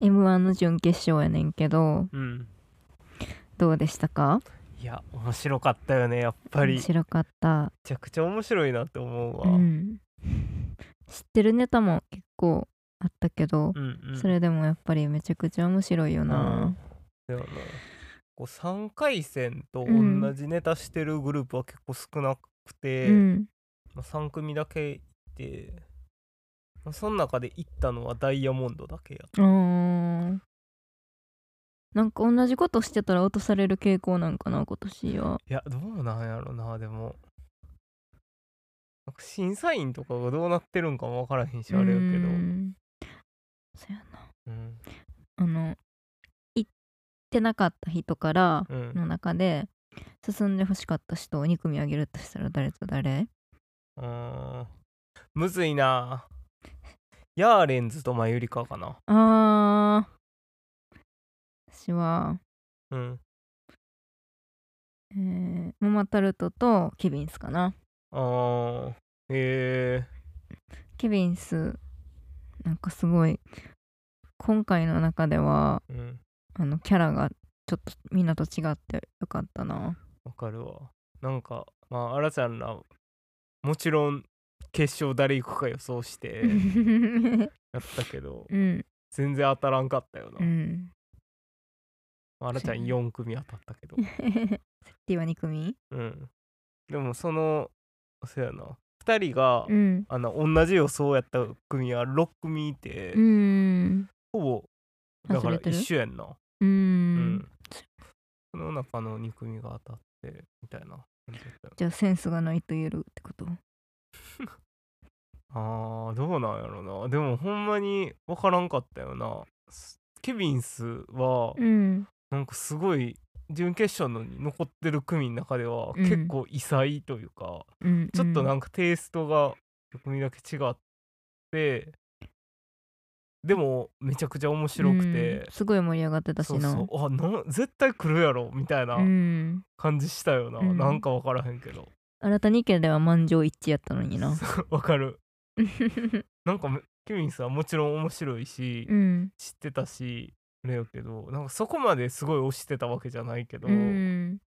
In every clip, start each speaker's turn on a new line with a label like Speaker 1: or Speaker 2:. Speaker 1: m 1の準決勝やねんけど
Speaker 2: うん
Speaker 1: どうでしたか
Speaker 2: いや面白かったよねやっぱり
Speaker 1: 面
Speaker 2: め
Speaker 1: 白かった、
Speaker 2: ちゃくちゃ面白いなって思うわ、
Speaker 1: う
Speaker 2: うん、
Speaker 1: ん、知ってるネタも結構あったけど、
Speaker 2: うん
Speaker 1: それでもやっぱりめちゃくちゃ面白いよな、
Speaker 2: だよなこう3回戦と
Speaker 1: うん
Speaker 2: 同じネタしてるグループは結構少なくて、
Speaker 1: うん
Speaker 2: まあ、3組だけいて、まあ、その中で行ったのはダイヤモンドだけや
Speaker 1: あーなんか同じことしてたら落とされる傾向なんかな今年はい
Speaker 2: やどうなんやろなでもなんか審査員とかがどうなってるんかも分からへんしあれやけど
Speaker 1: うんそやな
Speaker 2: うん
Speaker 1: あの行ってなかった人から
Speaker 2: うん
Speaker 1: の中で進んでほしかった人を2組あげるとしたら誰と誰
Speaker 2: うーんむずいなヤーレンズとマユリカかな
Speaker 1: あー私は
Speaker 2: うん
Speaker 1: えー、ママタルトとケビンスかな
Speaker 2: あーへえ
Speaker 1: ケビンスなんかすごい今回の中では
Speaker 2: うん
Speaker 1: あのキャラがちょっとみんなと違ってよかったな
Speaker 2: わかるわなんかまああらちゃんらもちろん決勝誰行くか予想して
Speaker 1: う
Speaker 2: やったけど
Speaker 1: ん
Speaker 2: 全然当たらんかったよ
Speaker 1: う
Speaker 2: な、
Speaker 1: ん
Speaker 2: まああらちゃん4組当たったけど
Speaker 1: セッティは2組
Speaker 2: うんでもそのそうやな2人が、
Speaker 1: うん
Speaker 2: あの同じ予想やった組は6組いて、
Speaker 1: うん
Speaker 2: ほぼだか
Speaker 1: 外
Speaker 2: ら
Speaker 1: れてる
Speaker 2: 一緒やんな
Speaker 1: う
Speaker 2: うんその中の2組が当たってみたいな感じだったよ
Speaker 1: じゃあセンスがないと言えるってこと
Speaker 2: あーどうなんやろなでもほんまに分からんかったよなすケビンスは
Speaker 1: うん
Speaker 2: なんかすごい準決勝のに残ってる組の中では
Speaker 1: うん
Speaker 2: 結構異彩というか、
Speaker 1: うん
Speaker 2: ちょっとな
Speaker 1: か
Speaker 2: んかテイストが1組だけ違ってでもめちゃくちゃ面白くて、
Speaker 1: すごい盛り上がってたし
Speaker 2: そう
Speaker 1: な
Speaker 2: そうあな絶対来るやろみたいな
Speaker 1: うん
Speaker 2: 感じしたよな、
Speaker 1: うん
Speaker 2: なんか分からへんけど
Speaker 1: 新たに家では満場一致やったのに な
Speaker 2: 分かるなんかめケビンスはもちろん面白い し、
Speaker 1: うん
Speaker 2: 知ってたしあれやけどなんかそこまですごい推してたわけじゃないけど、
Speaker 1: うん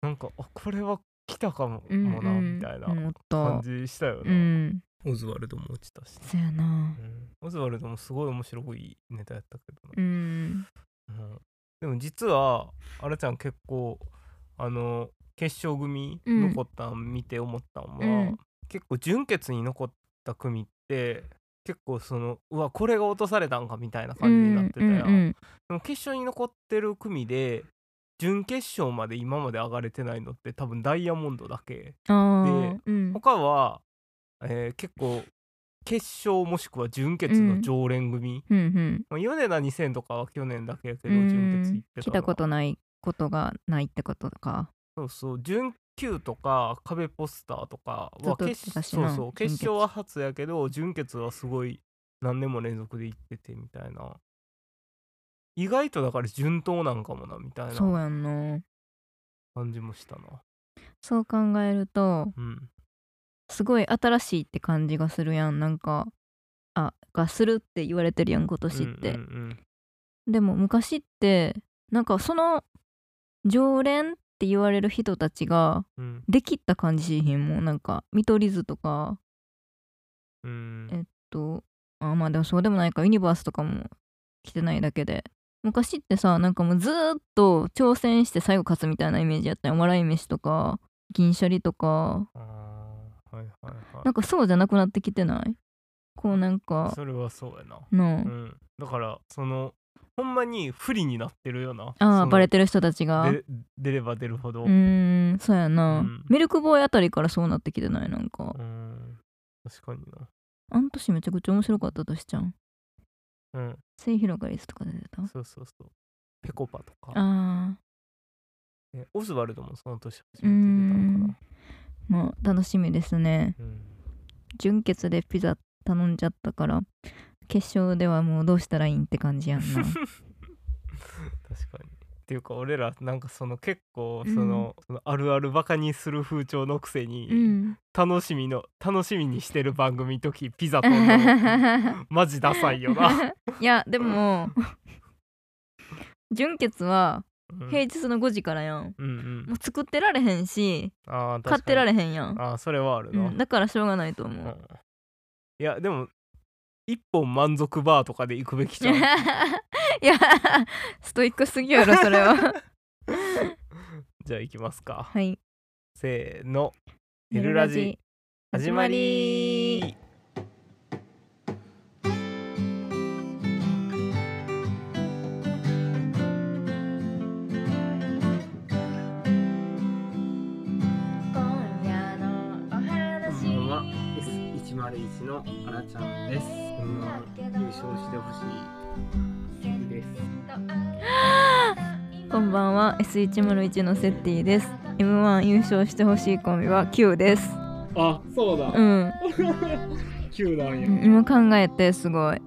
Speaker 2: なんかあこれは来たかも,、
Speaker 1: うん
Speaker 2: もな
Speaker 1: うん
Speaker 2: みたいな
Speaker 1: 思った
Speaker 2: 感じしたよ
Speaker 1: う
Speaker 2: な、
Speaker 1: ん
Speaker 2: オズワルドも落ちたし、
Speaker 1: そやな
Speaker 2: うんオズワルドもすごい面白いネタやったけど
Speaker 1: う
Speaker 2: な、
Speaker 1: ん
Speaker 2: うんでも実はあらちゃん結構あの決勝組残ったん見て思ったんは、
Speaker 1: うん
Speaker 2: 結構準決に残った組って結構そのうわこれが落とされたんかみたいな感じになってたやん、
Speaker 1: うん
Speaker 2: でも決勝に残ってる組で準決勝まで今まで上がれてないのって多分ダイヤモンドだけ
Speaker 1: うんうん、あーうん
Speaker 2: 他は、えー結構決勝もしくは準決の常連組、
Speaker 1: うんうん
Speaker 2: まあ、米田2000とかは去年だけやけど
Speaker 1: うん
Speaker 2: 準決行ってた
Speaker 1: 来
Speaker 2: の
Speaker 1: た
Speaker 2: は
Speaker 1: ことないことがないってことか
Speaker 2: そうそう準級とか壁ポスターとかは
Speaker 1: ずっと行
Speaker 2: 決
Speaker 1: ってたし
Speaker 2: そう
Speaker 1: な
Speaker 2: そう
Speaker 1: 準
Speaker 2: 決
Speaker 1: 決
Speaker 2: 勝は初やけど準決はすごい何年も連続で行っててみたいな意外とだから順当なんかもなみたいな
Speaker 1: そうやんの
Speaker 2: 感じもしたな
Speaker 1: そう考えると
Speaker 2: うん
Speaker 1: すごい新しいって感じがするやんなんかあがするって言われてるやん今年って、
Speaker 2: うんうん
Speaker 1: でも昔ってなんかその常連って言われる人たちが
Speaker 2: うん
Speaker 1: できった感じしへんもんなんか見取り図とか
Speaker 2: うん
Speaker 1: えっとあまあでもそうでもないかユニバースとかも来てないだけで昔ってさなんかもうずーっと挑戦して最後勝つみたいなイメージやったよお笑い飯とか銀シャリとか
Speaker 2: あーはいはいはい
Speaker 1: なんかそうじゃなくなってきてないこうなんか
Speaker 2: それはそうやな
Speaker 1: の、
Speaker 2: うんだからそのほんまに不利になってるよな
Speaker 1: あ
Speaker 2: そ
Speaker 1: あ
Speaker 2: の
Speaker 1: バレてる人たちが
Speaker 2: で出れば出るほど
Speaker 1: うーんそうやな、
Speaker 2: うん
Speaker 1: ミルクボーイあたりからそうなってきてないなんか
Speaker 2: うん確かにな
Speaker 1: あの年めちゃくちゃ面白かったとしちゃん
Speaker 2: うん
Speaker 1: 末広がりずとか出てた
Speaker 2: そうそうそうペコパとか
Speaker 1: あ
Speaker 2: ねオズワルドもその年初めて出たのか
Speaker 1: ーまあ楽しみですね
Speaker 2: なうん
Speaker 1: 純潔でピザ頼んじゃったから 決勝ではもうどうしたらいいんって感じやんな
Speaker 2: 確かにっていうか俺らなんかその結構
Speaker 1: うん
Speaker 2: その,、そのあるあるバカにする風潮のくせに、
Speaker 1: うん
Speaker 2: 楽しみの楽しみにしてる番組の時ピザとんの マジダサいよな、
Speaker 1: いやでも純潔は
Speaker 2: うん
Speaker 1: 平日の5時からやん、
Speaker 2: うんうん
Speaker 1: もう作ってられへんし
Speaker 2: あー確かに
Speaker 1: 買ってられへんやん、
Speaker 2: あーそれはある
Speaker 1: う
Speaker 2: な、
Speaker 1: ん、だからしょうがないと思
Speaker 2: う
Speaker 1: うん
Speaker 2: いやでも一本満足バーとかで行くべきじゃん
Speaker 1: いや ストイックすぎやろそれ は
Speaker 2: じゃあ行きますか
Speaker 1: はい
Speaker 2: せーのヘルラジ始まり
Speaker 1: 今夜のお話
Speaker 2: こんばんは S101 のあらちゃんですこんな優勝してほしい曲です
Speaker 1: こんばんは S101 のセッティです M1 優勝してほしいコンビは Q です
Speaker 2: あそうだ
Speaker 1: うん
Speaker 2: 9段や
Speaker 1: 今考えてすごい
Speaker 2: うん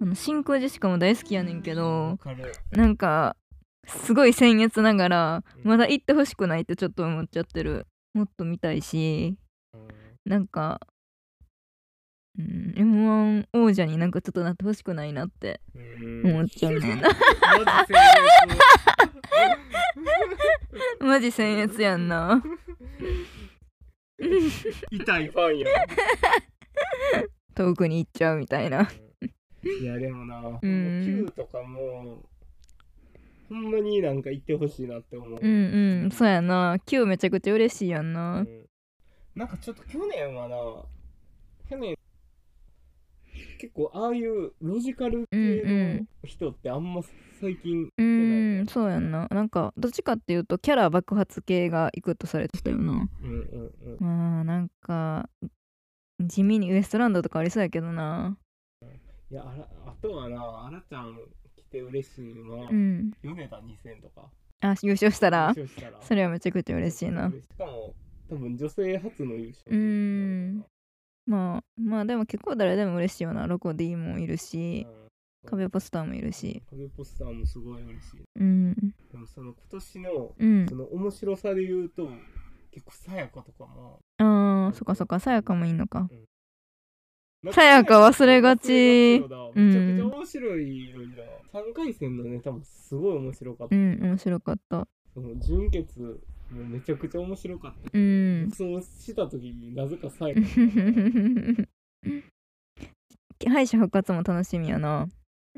Speaker 1: あの真空ジェシカも大好きやねんけど
Speaker 2: かる
Speaker 1: なんかすごい僭越ながらまだ行ってほしくないってちょっと思っちゃってるもっと見たいし
Speaker 2: うん
Speaker 1: なんか、うん、m 1王者になんかちょっとなってほしくないなって
Speaker 2: うん
Speaker 1: 思っちゃうな
Speaker 2: マジ戦
Speaker 1: マジ僭越やんな
Speaker 2: 略痛いファンや
Speaker 1: 遠くに行っちゃうみたいな
Speaker 2: いやでもな、もう Q とかもほんまになんか言ってほしいなって思う、
Speaker 1: うんうんそうやな Q めちゃくちゃ嬉しいやん
Speaker 2: う
Speaker 1: なん
Speaker 2: なんかちょっと去年はな去年結構ああいうミュージカル系
Speaker 1: うんう
Speaker 2: の
Speaker 1: ん
Speaker 2: 人ってあんま最近
Speaker 1: うんそうやんななんかどっちかっていうとキャラ爆発系がいくとされてたよな
Speaker 2: うんうんうん
Speaker 1: まあなんか地味にウエストランドとかありそうやけどない
Speaker 2: やあらあとはなあらちゃん来て嬉しいのは、
Speaker 1: うん
Speaker 2: 米田2000とか
Speaker 1: あ優勝したら
Speaker 2: 優勝したら
Speaker 1: それはめちゃくちゃ嬉しいな
Speaker 2: しかも多分女性初の優勝
Speaker 1: うんまあまあでも結構誰でも嬉しいよなロコ D もいるし壁ポスターもいるし
Speaker 2: 壁ポスターもすごい嬉しい
Speaker 1: うん
Speaker 2: でもその今年の
Speaker 1: うん
Speaker 2: その面白さで言うと結構さやかとかも
Speaker 1: あーそっかそっかさやかもいいのか
Speaker 2: なん
Speaker 1: さやか忘れがち
Speaker 2: 忘れがちよな
Speaker 1: うん
Speaker 2: めちゃくちゃ面白いのにな、3回戦のネタもすごい面白かっ
Speaker 1: う
Speaker 2: た、
Speaker 1: ん面白かった
Speaker 2: その純潔もめちゃくちゃ面白かった、
Speaker 1: うん
Speaker 2: そのした時になぜかさやかが
Speaker 1: 敗者復活も楽しみやな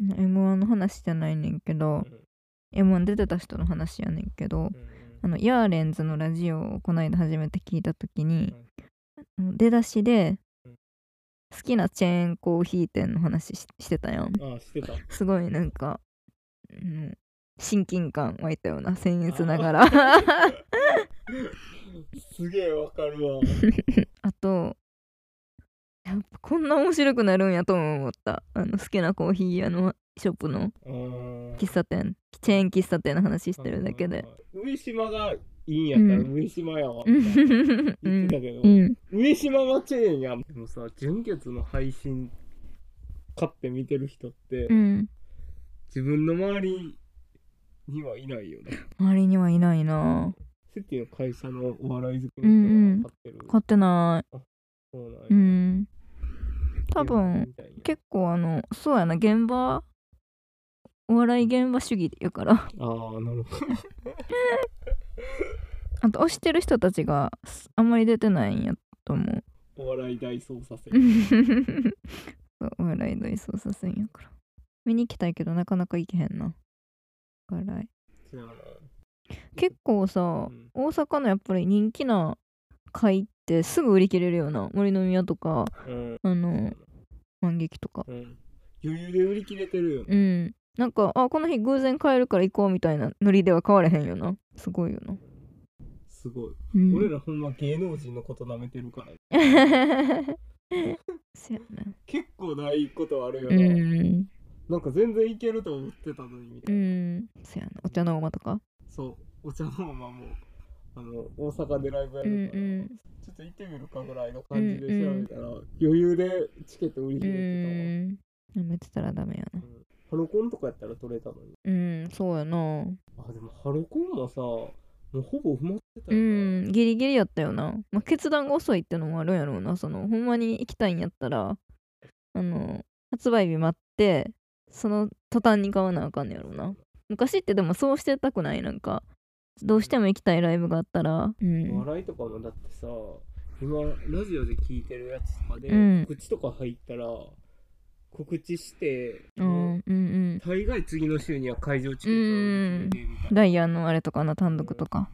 Speaker 1: m 1の話じゃないねんけど m 1出てた人の話やねんけど
Speaker 2: うん
Speaker 1: あのヤーレンズのラジオをこの間初めて聞いた時に出だしで
Speaker 2: うん
Speaker 1: 好きなチェーンコーヒー店の話ししてたやん
Speaker 2: うんあしてた
Speaker 1: すごいなんか、うん、親近感湧いたような僭越ながらあ
Speaker 2: すげえわかるわ
Speaker 1: とやっぱこんな面白くなるんやとも思ったあの好きなコーヒー屋のショップの
Speaker 2: うん
Speaker 1: 喫茶店チェーン喫茶店の話してるだけで
Speaker 2: 上島がいいんやったら
Speaker 1: うん
Speaker 2: 上島やわ、
Speaker 1: う
Speaker 2: みたいなん
Speaker 1: う
Speaker 2: 言って
Speaker 1: ん
Speaker 2: たけど、
Speaker 1: うん
Speaker 2: 上島がチェーンやんでもさ純潔の配信買って見てる人って、
Speaker 1: うん
Speaker 2: 自分の周りにはいないよね
Speaker 1: 周りにはいないな
Speaker 2: セッティの会社のお笑い好き
Speaker 1: うんう
Speaker 2: の
Speaker 1: ん
Speaker 2: 人は買ってる、
Speaker 1: 買ってな
Speaker 2: そうなんや
Speaker 1: いうん多
Speaker 2: いや
Speaker 1: 分
Speaker 2: みたい
Speaker 1: 結構あのそうやな現場お笑い現場主義やから
Speaker 2: なああなるほど
Speaker 1: あと推してる人たちがすあんまり出てないんやと思う
Speaker 2: お笑い大捜査線
Speaker 1: そうお 笑い大捜査線やから見に行きたいけどなかなか行けへんなお笑い
Speaker 2: そうやな
Speaker 1: 結構さ
Speaker 2: うん
Speaker 1: 大阪のやっぱり人気な会ってすぐ売り切れるような森の宮とか
Speaker 2: うん
Speaker 1: あの万劇とか
Speaker 2: うん余裕で売り切れてるよね
Speaker 1: うんなんかあこの日偶然買えるから行こうみたいなノリでは買われへんよなすごいよな、
Speaker 2: すごい、
Speaker 1: うん、
Speaker 2: 俺らほんま芸能人のこと舐めてるから
Speaker 1: そやな
Speaker 2: 結構ないことあるよ
Speaker 1: う
Speaker 2: な、
Speaker 1: ん
Speaker 2: なんか全然いけると思ってたのにみた
Speaker 1: う
Speaker 2: いな、
Speaker 1: んそやなお茶の馬とか
Speaker 2: そうお茶のままもあの大阪でライブや
Speaker 1: うん
Speaker 2: るから、
Speaker 1: うん
Speaker 2: ちょっと行ってみるかぐらいの感じで調べたら、余裕でチケット売り
Speaker 1: う
Speaker 2: 切れて
Speaker 1: ん舐めてたらダメやな
Speaker 2: たわ、うんハロコンとかやったら取れたのに
Speaker 1: うんそうやな
Speaker 2: あでもハロコンもさもうほぼ埋まってた
Speaker 1: う
Speaker 2: よ
Speaker 1: ん
Speaker 2: な、
Speaker 1: ギリギリやったよな、まあ、決断が遅いってのもあるんやろうなそのほんまに行きたいんやったらあの発売日待ってその途端に買わなあかんねやろうな昔ってでもそうしてたくないなんかどうしても行きたいライブがあったらうん
Speaker 2: 笑いとかもだってさ今ラジオで聞いてるやつとかで、
Speaker 1: うん
Speaker 2: 告知とか入ったら告知して、
Speaker 1: うんうんうん
Speaker 2: 大概次の週には会場チケットを決めてみたいな
Speaker 1: ダイヤのあれとかな単独とか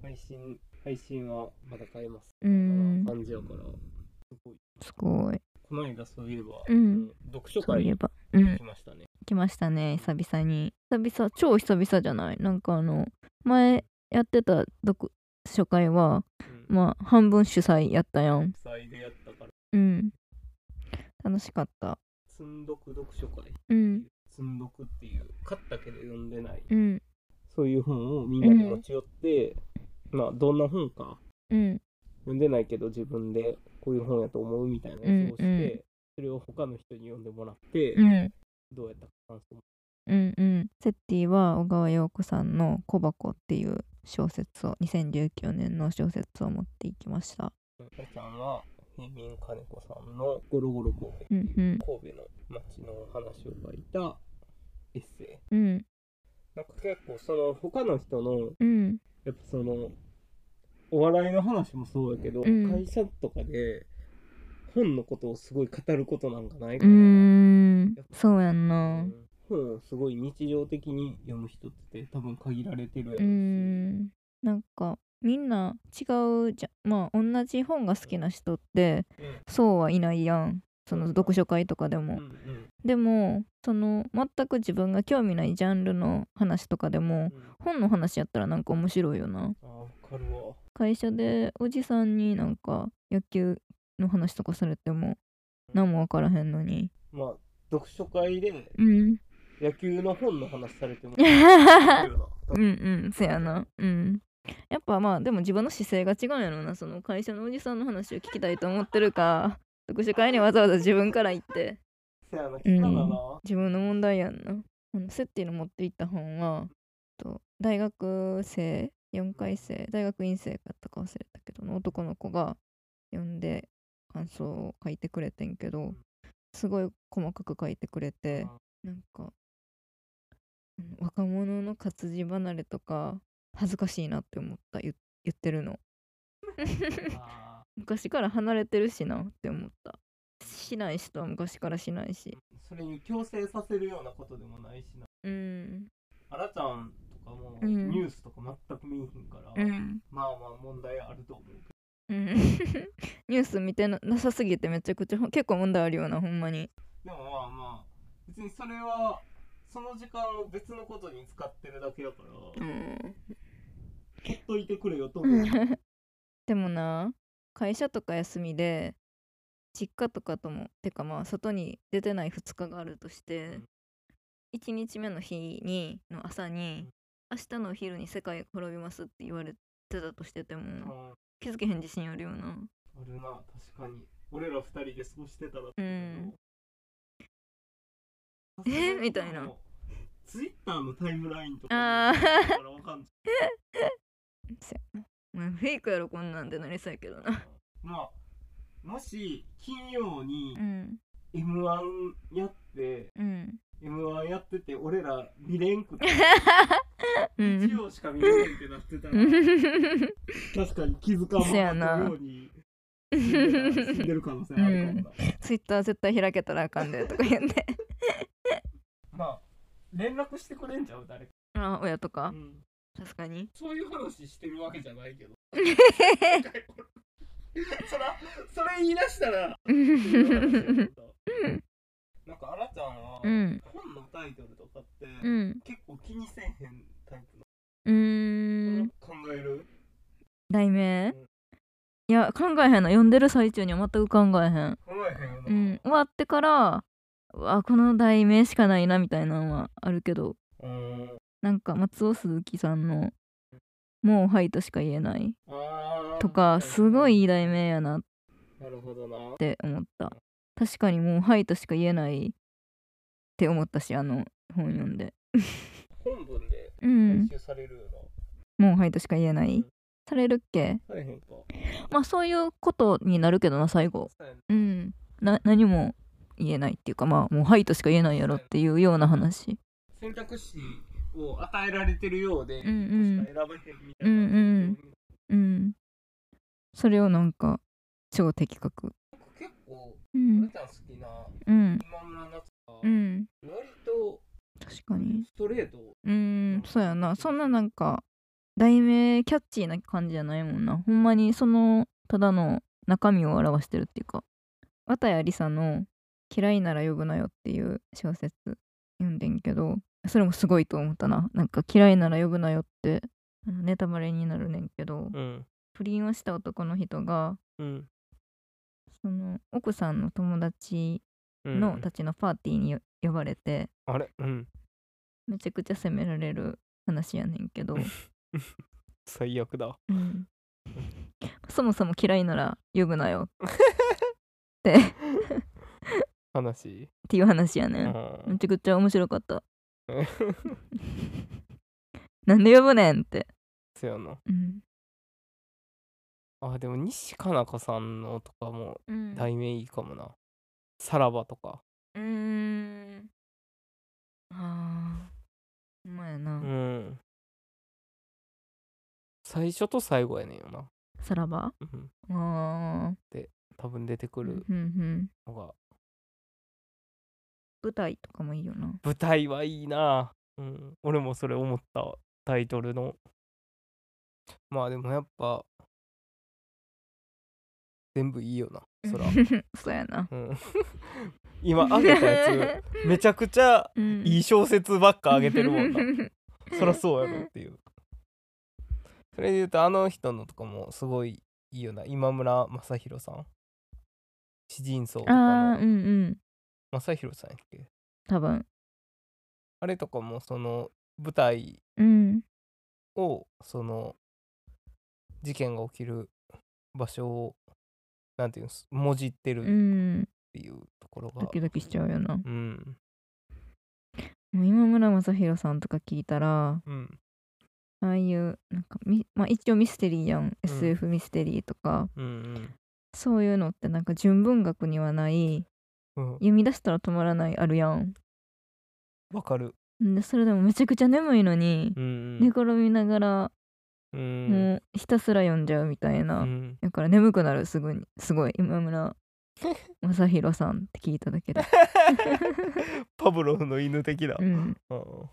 Speaker 2: 配信配信はまだ買えます
Speaker 1: うん
Speaker 2: 感じやからすごい
Speaker 1: すごい
Speaker 2: この間そういえば、
Speaker 1: うん
Speaker 2: 読書
Speaker 1: そう
Speaker 2: 会
Speaker 1: いえ
Speaker 2: 行
Speaker 1: ばうん
Speaker 2: きましたね、
Speaker 1: 来ましたね久々に久々超久々じゃないなんかあの前やってた読書会は
Speaker 2: うん
Speaker 1: まあ半分主催やったやん
Speaker 2: 主催でやったから
Speaker 1: うん楽しかった
Speaker 2: 積んどく読書会
Speaker 1: うん
Speaker 2: 積んどくっていう買ったけど読んでない
Speaker 1: うん
Speaker 2: そういう本をみんなで持ち寄って、まあどんな本か
Speaker 1: うん
Speaker 2: 読んでないけど自分でこういう本やと思うみたいなやつをして、
Speaker 1: うんうん
Speaker 2: それを他の人に読んでもらって、
Speaker 1: うん
Speaker 2: どうやったか感想も
Speaker 1: うんうんセッティは小川陽子さんの「小箱」っていう小説を2019年の小説を持っていきました
Speaker 2: やちゃんは平民金子さんの「ゴロゴロ神戸」って
Speaker 1: う
Speaker 2: い
Speaker 1: ん
Speaker 2: う
Speaker 1: うん
Speaker 2: 神戸の街の話を書いたエッセイ
Speaker 1: うん
Speaker 2: なんか結構その他の人の
Speaker 1: うん
Speaker 2: やっぱそのお笑いの話もそうやけど、
Speaker 1: うん
Speaker 2: 会社とかで本のことをすごい語ることなんかないうから、
Speaker 1: ーんそうやんな
Speaker 2: うん本をすごい日常的に読む人って多分限られてるやろ
Speaker 1: うーんなんかみんな違うじゃんまあ同じ本が好きな人ってそうはいないやんその読書会とかで
Speaker 2: う
Speaker 1: も、
Speaker 2: んうん
Speaker 1: でもその全く自分が興味ないジャンルの話とかで
Speaker 2: う
Speaker 1: も
Speaker 2: ん
Speaker 1: 本の話やったらなんか面白いよな
Speaker 2: あーわかるわ
Speaker 1: 会社でおじさんになんか野球の話とかされても何も分からへんのに
Speaker 2: まあ読書会で
Speaker 1: うん
Speaker 2: 野球の本の話されても
Speaker 1: う
Speaker 2: 面白い
Speaker 1: ん
Speaker 2: よな
Speaker 1: うんせやなうんやっぱまあでも自分の姿勢が違うんやろなその会社のおじさんの話を聞きたいと思ってるか読書会にわざわざ自分から行って
Speaker 2: せやな聞かなな、
Speaker 1: 自分の問題やんなあのセッティの持っていった本はと大学生4回生大学院生だったか忘れたけどの男の子が読んで感想を書いてくれてんけどすごい細かく書いてくれてなんかうん若者の活字離れとか恥ずかしいなって思った言っ言ってるの
Speaker 2: あ
Speaker 1: 昔から離れてるしなって思ったしない人は昔からしないし
Speaker 2: ーそれに強制させるようなことでもないしな
Speaker 1: うん
Speaker 2: あらちゃんとかも
Speaker 1: うん
Speaker 2: ニュースとか全く見えへんから、
Speaker 1: うん
Speaker 2: まあまあ問題あると思うけど
Speaker 1: うん ニュース見てななさすぎてめちゃくちゃほん結構問題あるようなほんまに
Speaker 2: でもまあまあ別にそれはその時間を別のことに使ってるだけだから
Speaker 1: う
Speaker 2: ほ
Speaker 1: ん
Speaker 2: っといてくれよと思う
Speaker 1: でもな会社とか休みで実家とかともてかまあ外に出てない2日があるとして
Speaker 2: うん
Speaker 1: 1日目の日にの朝に明日のお昼に世界が滅びますって言われてたとしてて
Speaker 2: うん
Speaker 1: も
Speaker 2: あ
Speaker 1: 気づけへん自信あるよな
Speaker 2: るな確かに俺ら二人で過ごしてたら
Speaker 1: うんえみたいな
Speaker 2: ツイッターのタイムラインとか
Speaker 1: あー
Speaker 2: だからわかんない
Speaker 1: せやなお前フェイクやろこんなんってなりそうやけどな
Speaker 2: まあもし金曜に
Speaker 1: うん
Speaker 2: m 1やって
Speaker 1: うん
Speaker 2: m 1やってて俺ら見れんくて
Speaker 1: う
Speaker 2: 日
Speaker 1: ん
Speaker 2: 曜しか見れんってなってたら 確かに気づか
Speaker 1: せや
Speaker 2: ん
Speaker 1: な
Speaker 2: かったように死んでる可能性あるかもな、
Speaker 1: ツイッター絶対開けたらあかんでとか言って
Speaker 2: まあ連絡してくれんちゃう誰か、
Speaker 1: あ親と
Speaker 2: う
Speaker 1: か
Speaker 2: ん、
Speaker 1: 確かに
Speaker 2: そういう話してるわけじゃないけど そらそれ言い出したら
Speaker 1: う
Speaker 2: っていう話や
Speaker 1: ん
Speaker 2: けどなんかあらちゃんは、
Speaker 1: うん
Speaker 2: 本のタイトルとかって、
Speaker 1: うん
Speaker 2: 結構気にせえへんタイプの、
Speaker 1: うーん
Speaker 2: 考える
Speaker 1: 題名いや考えへんの読んでる最中には全く考えへん、
Speaker 2: 考えへんよな、
Speaker 1: うん、終わってからうわこの題名しかないなみたいなのはあるけど
Speaker 2: うん
Speaker 1: なんか松尾鈴木さんの「もうはい」としか言えない
Speaker 2: あー
Speaker 1: とかすごいいい題名やなっ
Speaker 2: なるほどな
Speaker 1: て思った確かにもう「はい」としか言えないて思ったしあの本読んで
Speaker 2: 本文で
Speaker 1: うん
Speaker 2: 収されるよ
Speaker 1: もうはいとしか言えないされるっけ
Speaker 2: な、されへんか
Speaker 1: まあそういうことになるけどな最後うんな何も言えないっていうかまあもうはいとしか言えないやろっていうような話
Speaker 2: 選択肢を与えられてるようで、
Speaker 1: うんうん
Speaker 2: 確か選べてるみた
Speaker 1: う
Speaker 2: いな、
Speaker 1: んうんうんそれをなんか超的確
Speaker 2: 結構
Speaker 1: う
Speaker 2: 俺
Speaker 1: ん
Speaker 2: ちゃん好きな
Speaker 1: うん
Speaker 2: 今村夏が、
Speaker 1: うん
Speaker 2: 割と
Speaker 1: 確かに
Speaker 2: ストレート
Speaker 1: うんそうやなそんななんか題名キャッチーな感じじゃないもんなほんまにそのただの中身を表してるっていうか綿谷りさの「嫌いなら呼ぶなよ」っていう小説読んでんけどそれもすごいと思ったななんか「嫌いなら呼ぶなよ」ってあのネタバレになるねんけど
Speaker 2: うん
Speaker 1: 不倫をした男の人が
Speaker 2: うん
Speaker 1: その奥さんの友達のたちのパーティーに呼ばれて
Speaker 2: あれうん
Speaker 1: めちゃくちゃ責められる話やねんけど
Speaker 2: 最悪だ
Speaker 1: うんそもそも嫌いなら呼ぶなよってっ
Speaker 2: 話
Speaker 1: ていう話やね
Speaker 2: うんん
Speaker 1: めちゃくちゃ面白かった なんで呼ぶねんって、
Speaker 2: そやな
Speaker 1: うん
Speaker 2: あでも西加奈子さんのとかも
Speaker 1: うん
Speaker 2: 題名いいかもな、さらばとか
Speaker 1: うーんあーほんまやな、
Speaker 2: うん最初と最後やねんよな、
Speaker 1: さらば
Speaker 2: うん、
Speaker 1: あ
Speaker 2: 多分出てく
Speaker 1: ー
Speaker 2: る
Speaker 1: うんうん
Speaker 2: のが
Speaker 1: 舞台とかもいいよな
Speaker 2: 舞台はいいな、うん、俺もそれ思ったタイトルのまあでもやっぱ全部いいよなそら、
Speaker 1: そうやな
Speaker 2: うん、 今あげたやつめちゃくちゃ
Speaker 1: うん
Speaker 2: いい小説ばっかあげてる もんなそらそうやろっていうそれで言うとあの人のとかもすごいいいよな今村雅弘さん詩人層とか
Speaker 1: あ
Speaker 2: の
Speaker 1: ーうんうん
Speaker 2: 雅弘さんやっけ
Speaker 1: 多分
Speaker 2: あれとかもその舞台
Speaker 1: うん
Speaker 2: をその事件が起きる場所をなんていうんですもじって
Speaker 1: う
Speaker 2: るっ
Speaker 1: ん
Speaker 2: ていうところが
Speaker 1: ドキドキしちゃうよな
Speaker 2: うん
Speaker 1: もう今村雅弘さんとか聞いたら
Speaker 2: うん
Speaker 1: ああいうなんかみ、まあ、一応ミステリーやん SF ミステリーとか、
Speaker 2: うん
Speaker 1: そういうのってなんか純文学にはない
Speaker 2: うんうん
Speaker 1: 読み出したら止まらないあるやん
Speaker 2: わかる
Speaker 1: んでそれでもめちゃくちゃ眠いのに、
Speaker 2: うん
Speaker 1: 寝転びながら
Speaker 2: う
Speaker 1: も
Speaker 2: ん
Speaker 1: うひたすら読んじゃうみたいな、
Speaker 2: うん
Speaker 1: だから眠くなるすぐにすごい今 村雅弘さんって聞いただけで、
Speaker 2: パブロフの犬的だ
Speaker 1: うん、
Speaker 2: うん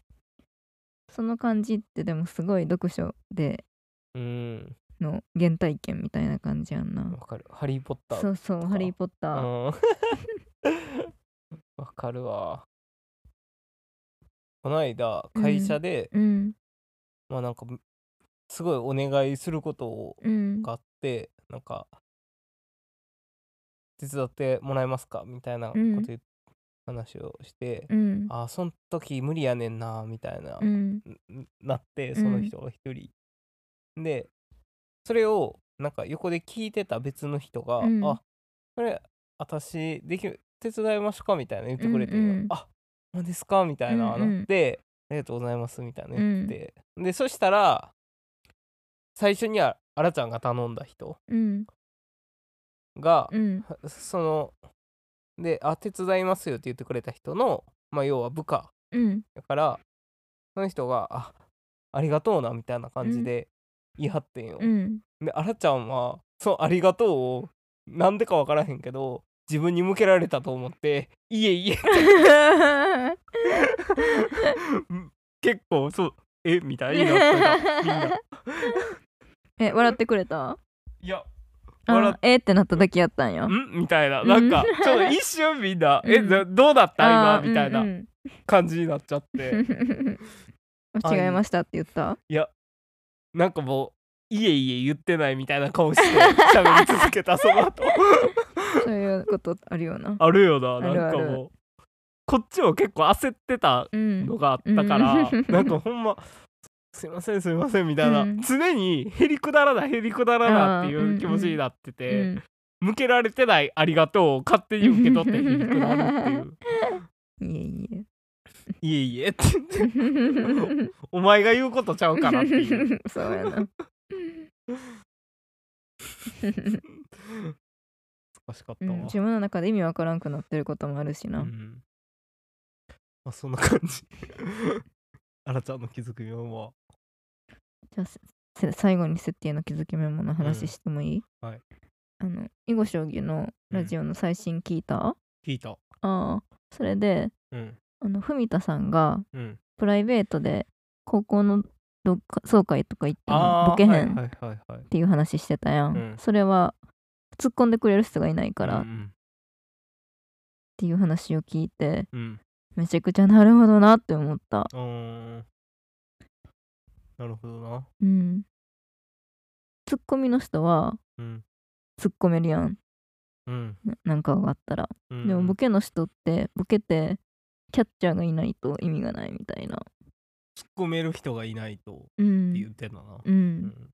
Speaker 1: その感じってでもすごい読書で
Speaker 2: うん
Speaker 1: の原体験みたいな感じやんな、
Speaker 2: わかるハリー・ポッター
Speaker 1: そうそう「
Speaker 2: か
Speaker 1: ハリー・ポッター」
Speaker 2: うん わかるわこの間会社で、
Speaker 1: うん
Speaker 2: まあなんかすごいお願いすることを
Speaker 1: うん
Speaker 2: があってなんか手伝ってもらえますかみたいなこと
Speaker 1: うん
Speaker 2: 言っ話をして、
Speaker 1: うん
Speaker 2: ああそん時無理やねんなみたいな、
Speaker 1: うん
Speaker 2: んなって
Speaker 1: ん
Speaker 2: その人が一人、でそれをなんか横で聞いてた別の人が「
Speaker 1: うん
Speaker 2: あそれ私できる手伝いますか?」みたいな言ってくれて
Speaker 1: う
Speaker 2: 「
Speaker 1: んうん
Speaker 2: あ何ですか?」みたいな
Speaker 1: うんうん
Speaker 2: なって「ありがとうございます」みたいな言って、でそしたら最初にはあらちゃんが頼んだ人
Speaker 1: うん
Speaker 2: が、
Speaker 1: うん
Speaker 2: そので「あ手伝いますよ」って言ってくれた人の、まあ、要は部下
Speaker 1: うん
Speaker 2: だからその人が「あありがとうな」みたいな感じで言い張ってんよ。
Speaker 1: うん
Speaker 2: であらちゃんはその「ありがとう」をなんでかわからへんけど自分に向けられたと思って「いえいえ」 結構そう「えみたいになってたみんな。
Speaker 1: え笑ってくれた
Speaker 2: いや笑っ
Speaker 1: あえーってなっただけやったんや
Speaker 2: んみたいななんかちょっと一瞬みんな「え
Speaker 1: うん
Speaker 2: どどうだった
Speaker 1: あ
Speaker 2: 今」
Speaker 1: ー
Speaker 2: みたいな
Speaker 1: うんうん
Speaker 2: 感じになっちゃ って
Speaker 1: 間違えましたって言った
Speaker 2: なんかもう「いえいえ」言ってないみたいな顔して 喋り続けたその後。
Speaker 1: そういうことあるよな
Speaker 2: あるよな
Speaker 1: ある
Speaker 2: な
Speaker 1: あ
Speaker 2: ん
Speaker 1: る
Speaker 2: かもうこっちも結構焦ってた
Speaker 1: うん
Speaker 2: のがあったから、
Speaker 1: うん
Speaker 2: なんかほんますいませんすいませんみたいな、
Speaker 1: うん
Speaker 2: 常にへりくだらないへりくだらないって
Speaker 1: あーうんう
Speaker 2: いうん気持ちになってて、
Speaker 1: うん
Speaker 2: 向けられてないありがとうを勝手に受け取ってへりくだるっていう
Speaker 1: いえいえ
Speaker 2: いえいえって言ってお前が言うことちゃうからっていう
Speaker 1: そう やな
Speaker 2: 難しかっ
Speaker 1: う
Speaker 2: たわ、
Speaker 1: ん、自分の中で意味わからんくなってることもあるしな、
Speaker 2: うんまあそんな感じあらちゃんの気づくよは
Speaker 1: じゃあせ最後にセッティの気づきメモの
Speaker 2: うん
Speaker 1: 話してもいい、
Speaker 2: はい
Speaker 1: あの囲碁将棋のラジオの最新聞いた、あ
Speaker 2: 聞いた
Speaker 1: あそれで
Speaker 2: うん
Speaker 1: あの文田さんが
Speaker 2: うん
Speaker 1: プライベートで高校の同窓総会とか行っても
Speaker 2: あー
Speaker 1: ボケへ
Speaker 2: はい
Speaker 1: ん
Speaker 2: は
Speaker 1: っ
Speaker 2: いはいはい
Speaker 1: ていう話してたやん、
Speaker 2: うん
Speaker 1: それは突っ込んでくれる人がいないからっ
Speaker 2: うん
Speaker 1: ていう話を聞いて
Speaker 2: うん
Speaker 1: めちゃくちゃなるほどなって思った
Speaker 2: うんうーんなるほどな
Speaker 1: うんツッコミの人は
Speaker 2: うん
Speaker 1: 突っ込めるやん
Speaker 2: うん
Speaker 1: ななんかがあったら
Speaker 2: うん
Speaker 1: でもボケの人ってボケてキャッチャーがいないと意味がないみたいな。
Speaker 2: 突っ込める人がいないと
Speaker 1: う
Speaker 2: って言っ
Speaker 1: ん。
Speaker 2: てんだな、
Speaker 1: う。
Speaker 2: うんん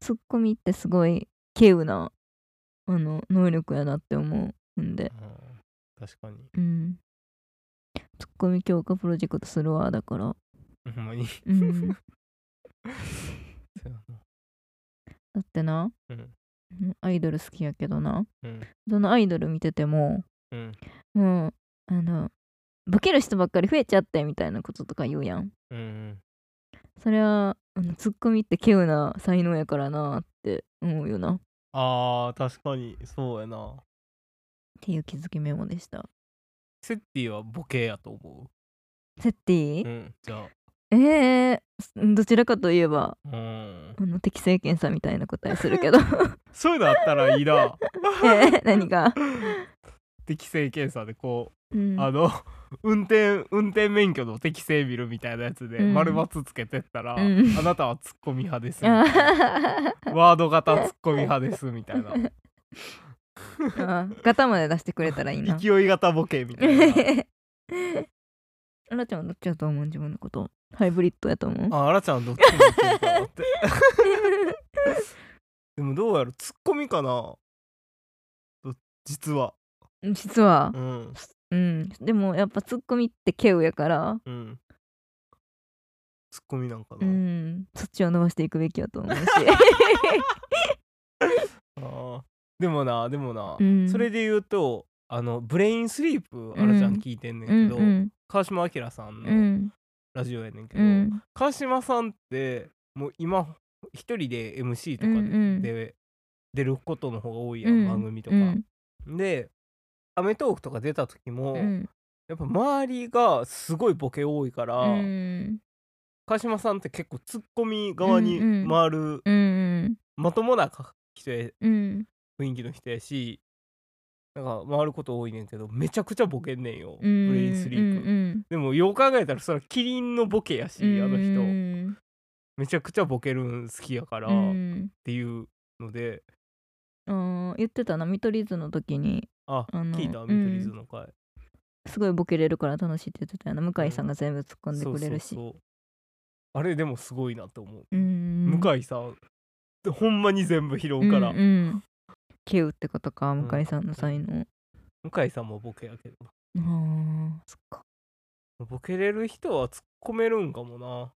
Speaker 1: ツッコミってすごい稀有なあの能力やなって思うんで。
Speaker 2: うん確かに
Speaker 1: うん。ツッコミ強化プロジェクトするわだ から。
Speaker 2: ほんまに
Speaker 1: うん。だ
Speaker 2: そうやな
Speaker 1: ってな、
Speaker 2: うん
Speaker 1: うんアイドル好きやけどな、
Speaker 2: うん
Speaker 1: そのアイドル見てても、
Speaker 2: うん
Speaker 1: もうあのボケる人ばっかり増えちゃってみたいなこととか言うやん。
Speaker 2: うん
Speaker 1: それはあのツッコミって稀有な才能やからなって思うよなっ
Speaker 2: あー確かにそうやな
Speaker 1: ていう気づきメモでした
Speaker 2: セッティはボケやと思
Speaker 1: セッティ、
Speaker 2: ううんじゃ
Speaker 1: えー、どちらかといえば
Speaker 2: あうん
Speaker 1: あの適正検査みたいな答えする けど え
Speaker 2: そういうのあったらいいな
Speaker 1: ー何が、
Speaker 2: 適正検査でこ
Speaker 1: うん
Speaker 2: うあの運転運転免許の適正ビルみたいなやつで
Speaker 1: うん
Speaker 2: 丸×つけてったら、
Speaker 1: うん
Speaker 2: あなたはツッコミ派です みたいな
Speaker 1: あ
Speaker 2: ワード型ツッコミ派ですみたいな
Speaker 1: ーガタまで出してくれたらいいな
Speaker 2: 勢い型ボケみたい な
Speaker 1: あらちゃんはどっちだと思う自分のことハイブリッドやと思う
Speaker 2: ああらちゃんどっちもいけるかなってでもどうやろツッコミかなど実は
Speaker 1: 実は
Speaker 2: うん
Speaker 1: うんでもやっぱツッコミって稀有やから
Speaker 2: うんツッコミなんか
Speaker 1: う
Speaker 2: な、
Speaker 1: んそっちを伸ばしていくべきやと思うし
Speaker 2: あーでもなでもな、
Speaker 1: うん
Speaker 2: それで言うとあのブレインスリープあらちゃん聞いてんねんけど、
Speaker 1: うん
Speaker 2: 川島明さん
Speaker 1: うんう
Speaker 2: の
Speaker 1: ん
Speaker 2: ラジオやねんけ
Speaker 1: う
Speaker 2: ど、
Speaker 1: ん
Speaker 2: 川島さんってもう今一人で MC とかで,、
Speaker 1: うんうん
Speaker 2: 出ることの方が多いや、
Speaker 1: うんん
Speaker 2: 番組とか。で『アメトーーク』とか出た時も、
Speaker 1: うん
Speaker 2: やっぱ周りがすごいボケ多いから、
Speaker 1: うん
Speaker 2: 川島さんって結構ツッコミ側に回る、
Speaker 1: うん
Speaker 2: まともな人や
Speaker 1: うん
Speaker 2: 雰囲気の人やしなんか回ること多いねんけどめちゃくちゃボケんねんよ、
Speaker 1: うん
Speaker 2: ブレインスリープ、
Speaker 1: うん
Speaker 2: でもよう考えたらそれはキリンのボケやし、
Speaker 1: うん
Speaker 2: あの
Speaker 1: う
Speaker 2: 人
Speaker 1: ん
Speaker 2: めちゃくちゃボケるん好きやから、
Speaker 1: う
Speaker 2: っ
Speaker 1: ん
Speaker 2: ていうので
Speaker 1: あー言ってたな見取り図の時に
Speaker 2: あ
Speaker 1: あの
Speaker 2: 聞いた
Speaker 1: うん
Speaker 2: 見取り図の回、
Speaker 1: すごいボケれるから楽しいって言ってたよな向井さんが全部突っ込んで
Speaker 2: そう
Speaker 1: く
Speaker 2: そ
Speaker 1: れ
Speaker 2: う
Speaker 1: るし
Speaker 2: そうあれでもすごいなと思う、
Speaker 1: 向
Speaker 2: 向井さんってほんまに全部拾うから、
Speaker 1: うんうん稀有ってことか
Speaker 2: ん
Speaker 1: 向井さんの才能
Speaker 2: 向井さんもボケやけど
Speaker 1: あーそっか
Speaker 2: ボケれる人は突っ込めるんかもなっ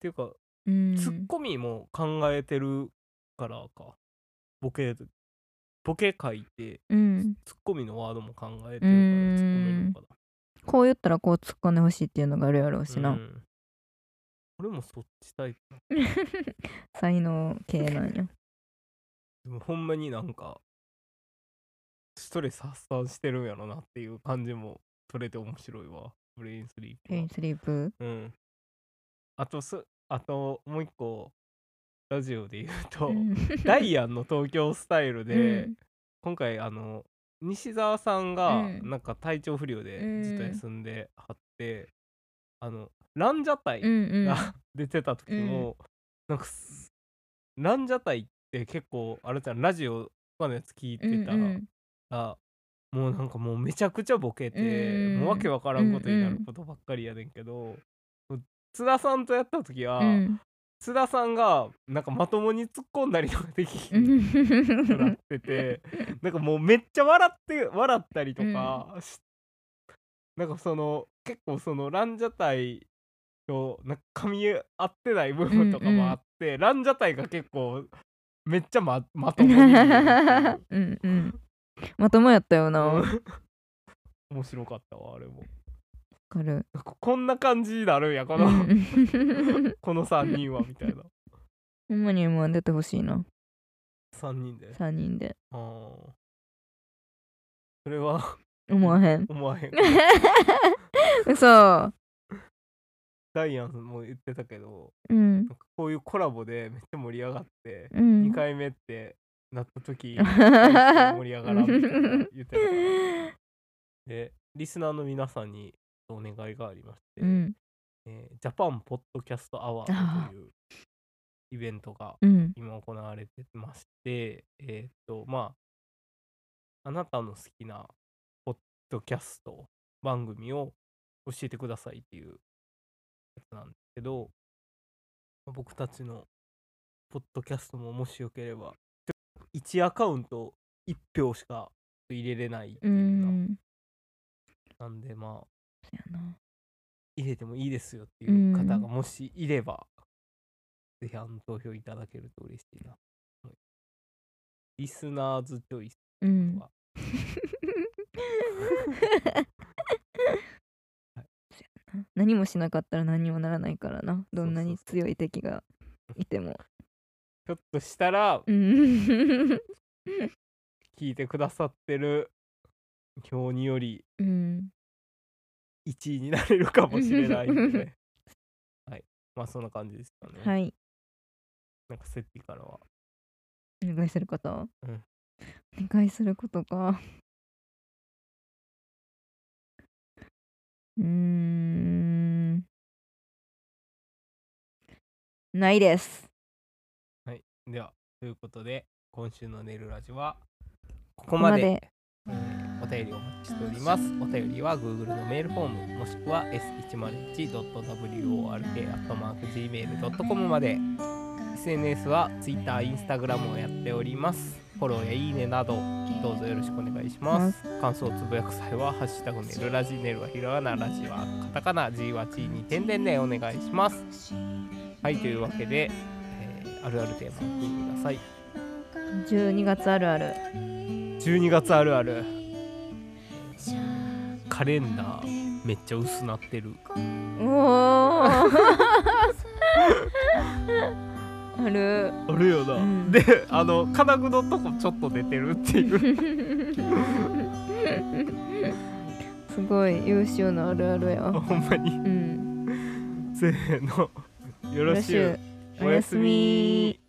Speaker 2: ていうか
Speaker 1: うん
Speaker 2: ツッコミも考えてるからかボケボケ書いて
Speaker 1: うん
Speaker 2: ツッコミのワードも考えてるからツッ
Speaker 1: うーん
Speaker 2: コめるのか
Speaker 1: こう言ったらこう突っ込んでほしいっていうのがあるやろうし
Speaker 2: な、う
Speaker 1: な、
Speaker 2: ん、俺もそっちタイプ
Speaker 1: 才能系なんよ
Speaker 2: でもほんまになんかストレス発散してるんやろなっていう感じも取れて面白いわブレインスリープ
Speaker 1: レイ
Speaker 2: は
Speaker 1: ンスリープ
Speaker 2: うんあとすあともう一個ラジオで言うと、
Speaker 1: うん
Speaker 2: ダイアンの東京スタイルで、
Speaker 1: うん
Speaker 2: 今回あの西澤さんが
Speaker 1: うん
Speaker 2: なんか体調不良で
Speaker 1: うん
Speaker 2: ずっと休んではって、あのランジャタイ
Speaker 1: うんうん
Speaker 2: が出てた時も、なんかすランジャタイって結構あれじゃんラジオとかのやつ聞いてたら、
Speaker 1: うん
Speaker 2: もうなんかもうめちゃくちゃボケて、
Speaker 1: うん
Speaker 2: もうわけわからんことになることばっかりやねんけど、もう津田さんとやった時は、
Speaker 1: うん
Speaker 2: 津田さんがなんかまともに突っ込んだりとかできひ
Speaker 1: うんん
Speaker 2: なっててなんかもうめっちゃ笑って笑ったりとかし、なんかその結構そのランジャタイとなんか噛み合ってない部分とかもあって、ランジャタイが結構めっちゃままともに見え るって
Speaker 1: う
Speaker 2: いう
Speaker 1: んうんまともやったよなわ
Speaker 2: 面白かったわあれも
Speaker 1: かる
Speaker 2: ここんな感じになるんやこ
Speaker 1: う
Speaker 2: の、
Speaker 1: ん
Speaker 2: この3人はみたいな
Speaker 1: ほんまに M1 出てほしいな
Speaker 2: 3人で
Speaker 1: 3人で
Speaker 2: あーそれは
Speaker 1: 思わへん
Speaker 2: 思わへん
Speaker 1: 嘘
Speaker 2: ダイアンも言ってたけど
Speaker 1: うん
Speaker 2: なんかこういうコラボでめっちゃ盛り上がって、
Speaker 1: うん
Speaker 2: 2回目ってなった 時盛り上がらんみたいな言ってたからでリスナーの皆さんにお願いがありまして、
Speaker 1: うん
Speaker 2: えージャパンポッドキャストアワードというイベントが
Speaker 1: うん
Speaker 2: 今行われてまして、えーっと、まあ、あなたの好きなポッドキャスト番組を教えてくださいっていうやつなんですけど、僕たちのポッドキャストももしよければ、1アカウント1票しか入れれないって
Speaker 1: う
Speaker 2: いうか
Speaker 1: ん
Speaker 2: なんでまあ、
Speaker 1: そうやな
Speaker 2: 入れてもいいですよっていう方が
Speaker 1: うん
Speaker 2: もしいれば、ぜひあの投票いただけると嬉しいなと思います。リスナーズチョイス
Speaker 1: う
Speaker 2: と
Speaker 1: ん
Speaker 2: か、
Speaker 1: 何もしなかったら何にもならないからなどんなに
Speaker 2: そうそうそう
Speaker 1: 強い敵がいても
Speaker 2: ちょっとしたら
Speaker 1: うん
Speaker 2: 聞いてくださってる今日により
Speaker 1: うん
Speaker 2: 1位になれるかもしれないんでね。はい。まあそんな感じですかね。
Speaker 1: はい
Speaker 2: なんかセッティからは。
Speaker 1: お願いすること、
Speaker 2: うん
Speaker 1: お願いすることかうーんないです
Speaker 2: では、ということで、今週のネルラジはここまで。えーお便りをお待ちしております。お便りは Google のメールフォームもしくは s101.work.gmail.com まで。SNS は Twitter、Instagram をやっております。フォローやいいねなどどうぞよろしくお願いします。感想をつぶやく際は「ハッシュタグネルラジネルはひらがなラジはカタカナ G は G に点々でお願いします。はいというわけで、えーあるあるテーマを聞いてください。
Speaker 1: 12月あるある
Speaker 2: 12月あるあるカレンダーめっちゃ薄なってる
Speaker 1: おーある
Speaker 2: あるよな
Speaker 1: うん
Speaker 2: であの金具のとこちょっと出てるっていう
Speaker 1: すごい優秀なあるあるや
Speaker 2: ほんまに
Speaker 1: うん
Speaker 2: せーの
Speaker 1: よ
Speaker 2: よろしゅうおやすみ